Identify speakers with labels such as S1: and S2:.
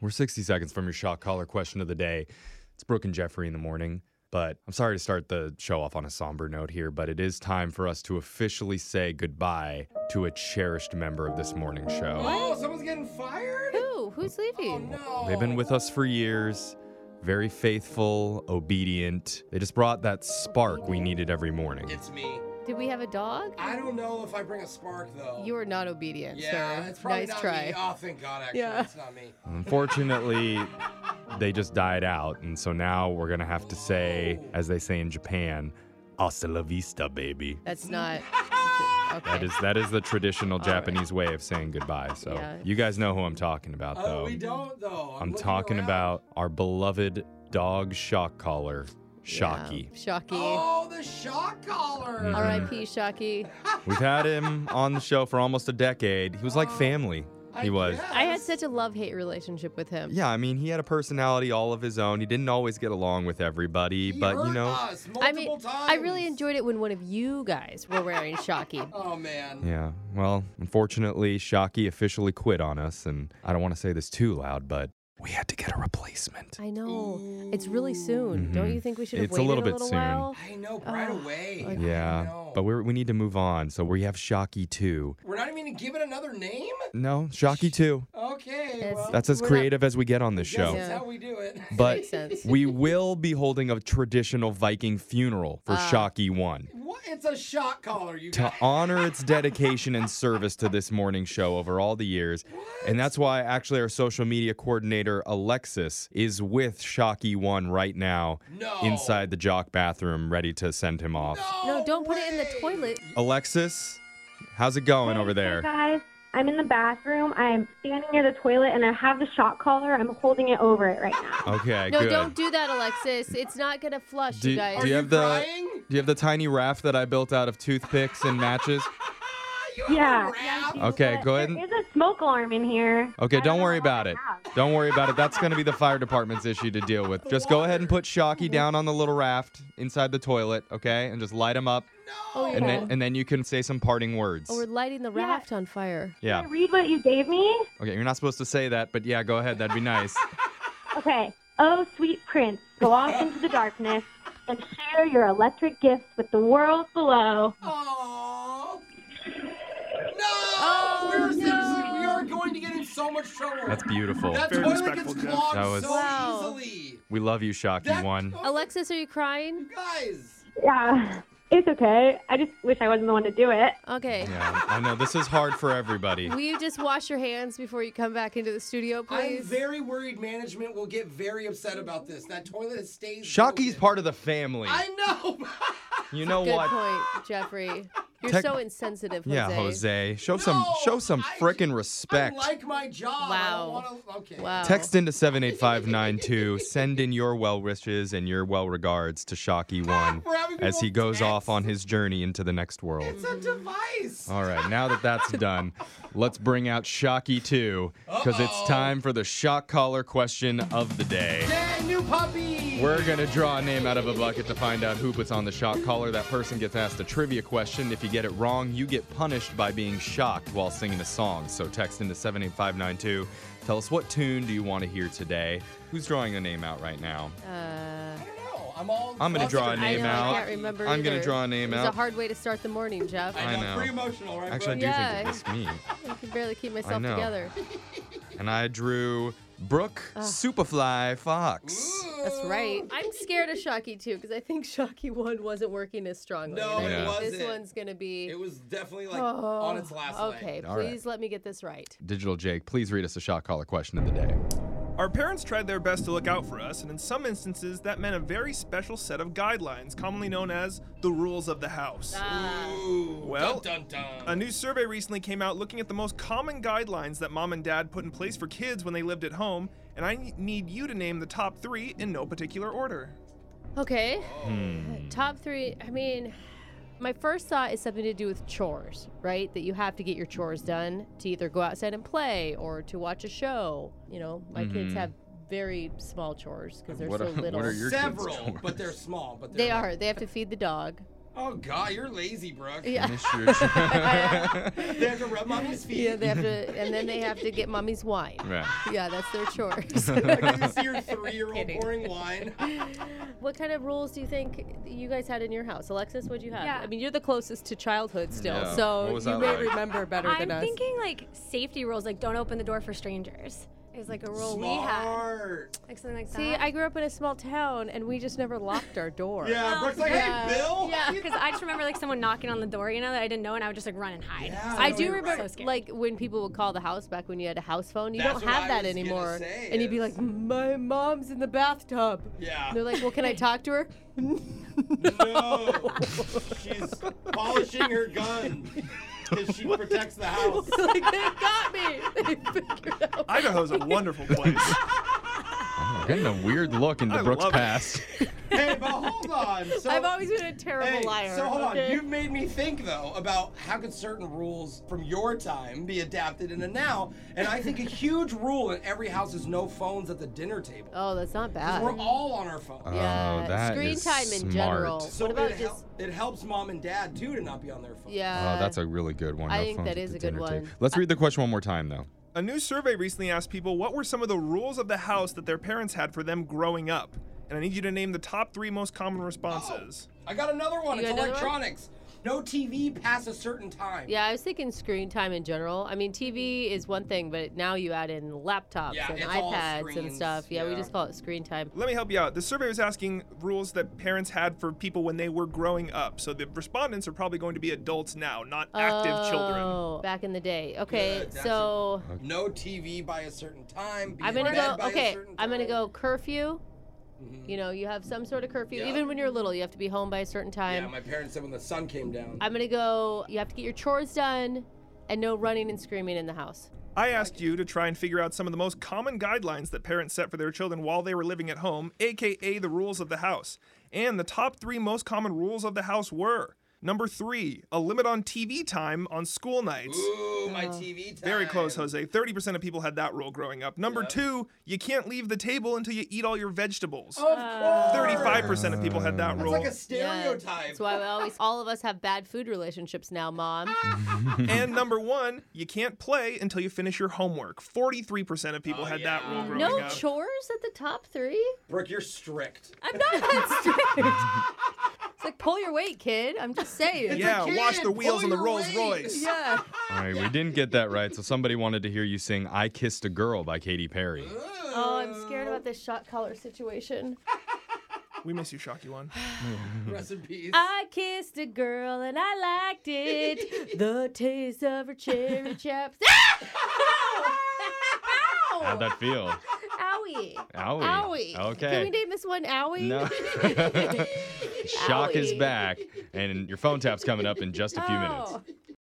S1: We're 60 seconds from your shot caller question of the day. It's Brooke and Jeffrey in the morning. But I'm sorry to start the show off on a somber note here, but it is time for us to officially say goodbye to a cherished member of this morning show.
S2: Oh, someone's getting fired?
S3: Who? Who's
S2: Oh,
S3: leaving?
S2: no.
S1: They've been with us for years, very faithful, obedient. They just brought that spark we needed every morning.
S2: It's me.
S3: Did we have a dog?
S2: I don't know if I bring a spark, though.
S3: You are not obedient,
S2: yeah,
S3: sir.
S2: it's probably
S3: nice
S2: not
S3: try.
S2: me. Oh, thank God, actually.
S3: Yeah.
S2: It's not me.
S1: Unfortunately, they just died out. And so now we're going to have to say, as they say in Japan, hasta la vista, baby.
S3: That's not.
S2: Uh,
S3: Okay.
S1: That is that is the traditional Japanese way of saying goodbye. So
S3: Yeah.
S1: you guys know who I'm talking about,
S2: Oh,
S1: though.
S2: we don't, though. I'm,
S1: Um, I'm
S2: looking
S1: talking
S2: around.
S1: about our beloved dog shock collar, Shocky.
S3: Yeah. Shocky.
S2: Oh, the shock collar.
S1: Mhm.
S3: R.I.P. Shocky.
S1: We've had him on the show for almost a decade. He was like family.
S2: I
S1: He was.
S2: guess.
S3: I had such a love hate relationship with him.
S1: Yeah, I mean, he had a personality all of his own. He didn't always get along with everybody,
S2: He
S1: but you
S2: hurt
S1: know,
S2: us
S3: I mean,
S2: multiple
S3: I really
S2: times.
S3: enjoyed it when one of you guys were wearing Shocky.
S2: Oh, man.
S1: yeah. Well, unfortunately, Shocky officially quit on us, and I don't want to say this too loud, but we had to get a replacement.
S3: I know. It's really soon. Don't
S1: Mhm.
S3: you think we should have
S1: It's a
S3: waited
S1: little bit soon.
S3: while?
S2: I know, right
S3: Oh,
S2: away.
S3: okay.
S2: I
S1: yeah,
S2: know.
S1: but we're, we need to move on. So we have Shocky 2.
S2: We're not even gonna give it another name?
S1: No, Shocky 2.
S2: Okay.
S3: It's-
S2: well,
S1: That's as
S3: We're not-
S1: creative as we get on this
S2: I guess
S1: show.
S2: That's how we do it.
S1: But
S3: Makes sense.
S1: we will be holding a traditional Viking funeral for
S2: Ah.
S1: Shocky 1.
S2: what? It's a shock collar, you
S1: to
S2: guys.
S1: honor its dedication and service to this morning show over all the years. And that's why actually our social media coordinator Alexis is with Shocky One right now
S2: No.
S1: inside the jock bathroom ready to send him off.
S3: No, don't put it in the
S2: way.
S3: toilet.
S1: Alexis, how's it going over there?
S4: Guys, I'm in the bathroom. I'm standing near the toilet and I have the shock collar. I'm holding it over it right now.
S1: Okay,
S3: No,
S1: good.
S3: don't do that, Alexis. It's not gonna flush,
S1: Do-
S3: you guys.
S1: do you
S2: You
S1: have the-
S2: crying?
S1: Do you have the tiny raft that I built out of toothpicks and matches?
S2: You
S4: Yeah.
S2: have a wrap?
S1: Okay,
S4: But
S1: go ahead.
S4: There
S1: and- Oh,
S4: is a smoke alarm in here.
S1: Okay,
S4: I
S1: don't
S4: know
S1: worry
S4: what
S1: about
S4: I
S1: it.
S4: have.
S1: Don't worry about it. That's going to be the fire department's issue to deal with. Just go ahead and put Shocky down on the little raft inside the toilet, okay? And just light him up.
S3: Oh,
S1: and
S3: yeah.
S1: then and then you can say some parting words.
S3: Oh, we're lighting the
S4: Yeah.
S3: raft on fire.
S1: yeah.
S4: Can I read what you gave me?
S1: Okay, you're not supposed to say that, but yeah, go ahead. That'd be nice.
S4: Okay. Oh, sweet prince, go off into the darkness and share your electric gifts with the world below.
S2: Aw. No!
S3: Oh,
S2: We're
S3: no.
S2: seriously- we are going to get in so much trouble.
S1: That's beautiful.
S2: That
S5: Very
S2: toilet
S5: respectful,
S2: gets
S5: Jeff.
S2: clogged
S1: That was-
S2: so
S3: Wow.
S2: easily.
S1: We love you, Shocky
S2: That-
S1: One.
S2: oh,
S3: Alexis, are you crying?
S2: you guys.
S4: Yeah, it's okay. I just wish I wasn't the one to do it.
S3: Okay.
S1: Yeah, I know this is hard for everybody.
S3: Will you just wash your hands before you come back into the studio,
S2: I'm
S3: please?
S2: very worried management will get very upset about this. That toilet has stayed.
S1: Shocky's
S2: broken.
S1: part of the family.
S2: I know.
S1: You know
S3: Good
S1: what?
S3: point, Jeffrey. You're
S1: Tec-
S3: so insensitive, Jose.
S1: Yeah, Jose. Show some
S2: No,
S1: show some
S2: I-
S1: frickin' respect.
S2: I like my job.
S3: Wow.
S2: I don't wanna, okay.
S3: Wow.
S1: Text into 78592. Send in your well wishes and your well regards to Shocky One
S2: We're having
S1: as he
S2: people
S1: goes
S2: text.
S1: off on his journey into the next world.
S2: It's a device.
S1: All right, now that that's done, let's bring out Shocky 2 because it's
S2: Uh-oh.
S1: time for the shock collar question of the day.
S2: Yay, new puppy.
S1: We're going to draw a name out of a bucket to find out who puts on the shock collar. That person gets asked a trivia question. If you get it wrong, you get punished by being shocked while singing a song. So text into 78592. Tell us what tune do you want to hear today? Who's drawing the name out right now?
S3: Uh,
S2: I don't know. I'm all.
S1: I'm gonna draw a
S2: flustered.
S1: Name
S3: I know,
S1: out.
S3: I can't remember.
S1: I'm gonna
S3: either.
S1: draw a name
S3: It was
S1: out.
S3: a hard way to start the morning, Jeff.
S1: I
S2: I know.
S1: know.
S2: Pretty emotional, right?
S1: Actually, I do
S2: bud?
S3: Yeah.
S1: think it was me.
S3: I can barely keep myself
S1: know.
S3: together.
S1: And I drew Brooke Superfly Fox.
S3: That's right. I'm scared of Shocky too because I think Shocky one wasn't working as strongly.
S2: No,
S3: and I
S1: it
S3: think
S2: wasn't.
S3: This one's gonna be.
S2: It was definitely like
S3: Oh,
S2: on its last leg.
S3: Okay,
S1: All right.
S3: please let me get this right.
S1: Digital Jake, please read us a shock collar question of the day.
S5: Our parents tried their best to look out for us, and in some instances, that meant a very special set of guidelines, commonly known as the rules of the house.
S3: Ah.
S2: Ooh,
S5: Well,
S2: dun, dun,
S5: A
S2: dun.
S5: new survey recently came out looking at the most common guidelines that mom and dad put in place for kids when they lived at home, and I n- need you to name the top three in no particular order.
S3: Okay.
S1: Hmm. Mm.
S3: Top three. I mean, my first thought is something to do with chores, right? That you have to get your chores done to either go outside and play or to watch a show. You know, my kids have very small chores because they're
S1: Mm-hmm. What
S3: so
S1: are- what
S3: little.
S1: are your kids'
S2: Several,
S1: chores?
S2: but they're small. But they're
S3: they are. They have to feed the dog.
S2: Oh God, you're lazy, Brooke.
S3: Yeah.
S1: Finish your chore.
S2: They have to rub mommy's feet.
S3: Yeah, they have to, and then they have to get mommy's wine.
S1: right.
S3: Yeah, that's their chores.
S2: Like, you see your three-year-old
S3: Kidding.
S2: pouring wine.
S3: what kind of rules do you think you guys had in your house, Alexis? What'd you have?
S6: Yeah.
S3: I mean, you're the closest to childhood still,
S1: Yeah. What
S3: so
S1: was
S3: you
S1: that
S3: may
S1: like?
S3: remember better
S6: I'm
S3: than us.
S6: thinking like safety rules, like don't open the door for strangers. Is like a rule we had,
S2: Smart.
S6: like something like
S3: See,
S6: that.
S3: I grew up in a small town, and we just never locked our door.
S2: Yeah, Brooke's like, hey,
S3: Oh,
S2: Bill.
S6: Yeah, because I just remember like someone knocking on the door, you know, that I didn't know, and I would just like run and hide.
S2: Yeah,
S6: So
S3: I
S6: you're
S3: do remember,
S6: so scared.
S3: like when people would call the house back when you had a house phone. You
S2: That's
S3: don't
S2: what
S3: have
S2: I
S3: that
S2: was gonna
S3: anymore,
S2: say
S3: and you'd be
S2: is-
S3: like, "My mom's in the bathtub."
S2: Yeah.
S3: And they're like, "Well, can I talk to her?"
S2: No. She's polishing her gun because she protects the house.
S3: like they got me. They figured out.
S5: Idaho's a wonderful place.
S1: I'm getting a weird look into
S5: I
S1: Brooke's
S5: love it.
S1: past.
S2: Hey, but hold on. So,
S3: I've always been a terrible
S2: hey,
S3: liar.
S2: So hold
S3: okay?
S2: on. You've made me think though about how could certain rules from your time be adapted into now, and I think a huge rule in every house is no phones at the dinner table.
S3: Oh, that's not bad.
S2: We're all on our phones.
S5: Uh,
S3: Yeah,
S1: Oh, that
S3: screen
S1: is
S3: time in
S1: smart.
S3: general.
S2: So
S3: what about
S2: it,
S3: just?
S2: hel- it helps mom and dad too to not be on their phones.
S3: Yeah.
S1: Oh, that's a really good one.
S3: I
S1: No
S3: think
S1: phones
S3: that
S1: at
S3: is
S1: the
S3: a good
S1: dinner table.
S3: one.
S1: Let's read the question one more time, though.
S5: A new survey recently asked people what were some of the rules of the house that their parents had for them growing up. And I need you to name the top three most common responses.
S2: I got another one.
S3: You
S2: it's
S3: got another one?
S2: electronics. No TV past a certain time.
S3: Yeah, I was thinking screen time in general. I mean, TV is one thing, but now you add in laptops
S2: Yeah,
S3: and
S2: it's all
S3: iPads and
S2: screens,
S3: stuff. Yeah, we
S2: yeah.
S3: just call it screen time.
S5: Let me help you out. The survey was asking rules that parents had for people when they were growing up. So the respondents are probably going to be adults now, not active children.
S3: Oh, Back in the day. Okay,
S2: that's a-
S3: so
S2: No TV by a certain time. Be
S3: I'm
S2: in
S3: gonna
S2: bed
S3: go.
S2: by a
S3: Okay,
S2: certain
S3: I'm gonna
S2: time.
S3: go curfew.
S2: Mhm.
S3: You know, you have some sort of curfew.
S2: Yeah.
S3: Even when you're little, you have to be home by a certain time.
S2: Yeah, my parents said when the sun came down.
S3: I'm gonna go. You have to get your chores done, and no running and screaming in the house.
S5: I asked you to try and figure out some of the most common guidelines that parents set for their children while they were living at home, aka the rules of the house. And the top three most common rules of the house were number three, a limit on TV time on school nights.
S2: Ooh, my TV time.
S5: Very close, Jose. 30% of people had that rule growing up. Number two, you can't leave the table until you eat all your vegetables.
S2: Of course.
S3: Uh,
S5: 35% of people had that
S2: It's
S5: rule.
S2: Oh. like a
S3: Yeah,
S2: stereotype.
S3: That's why we always, all of us have bad food relationships now, Mom.
S2: Ah!
S5: and number one, you can't play until you finish your homework. 43% of people
S2: Oh,
S5: had that
S2: yeah.
S5: rule growing
S3: No
S5: up.
S3: chores at the top three?
S2: Brooke, you're strict.
S3: I'm not that strict. it's like, pull your weight, kid. I'm just saying.
S5: yeah,
S2: kid,
S5: wash the
S2: pull
S5: wheels on the
S2: your
S5: Rolls
S2: weight.
S5: Royce.
S3: Yeah.
S1: All right, we didn't get that right, so somebody wanted to hear you sing "I Kissed a Girl" by Katy Perry.
S3: Oh, I'm scared about this shot collar situation.
S5: We miss you, Shocky One.
S2: Rest in peace.
S3: I kissed a girl and I liked it. the taste of her cherry chaps.
S1: How'd
S3: Ow!
S1: that feel?
S3: Owie.
S1: Owie.
S3: Owie.
S1: Okay.
S3: Can we name this one
S1: No.
S3: Owie?
S1: Shock is
S3: Owie.
S1: back, and your phone tap's coming up in just a few minutes.
S3: Oh.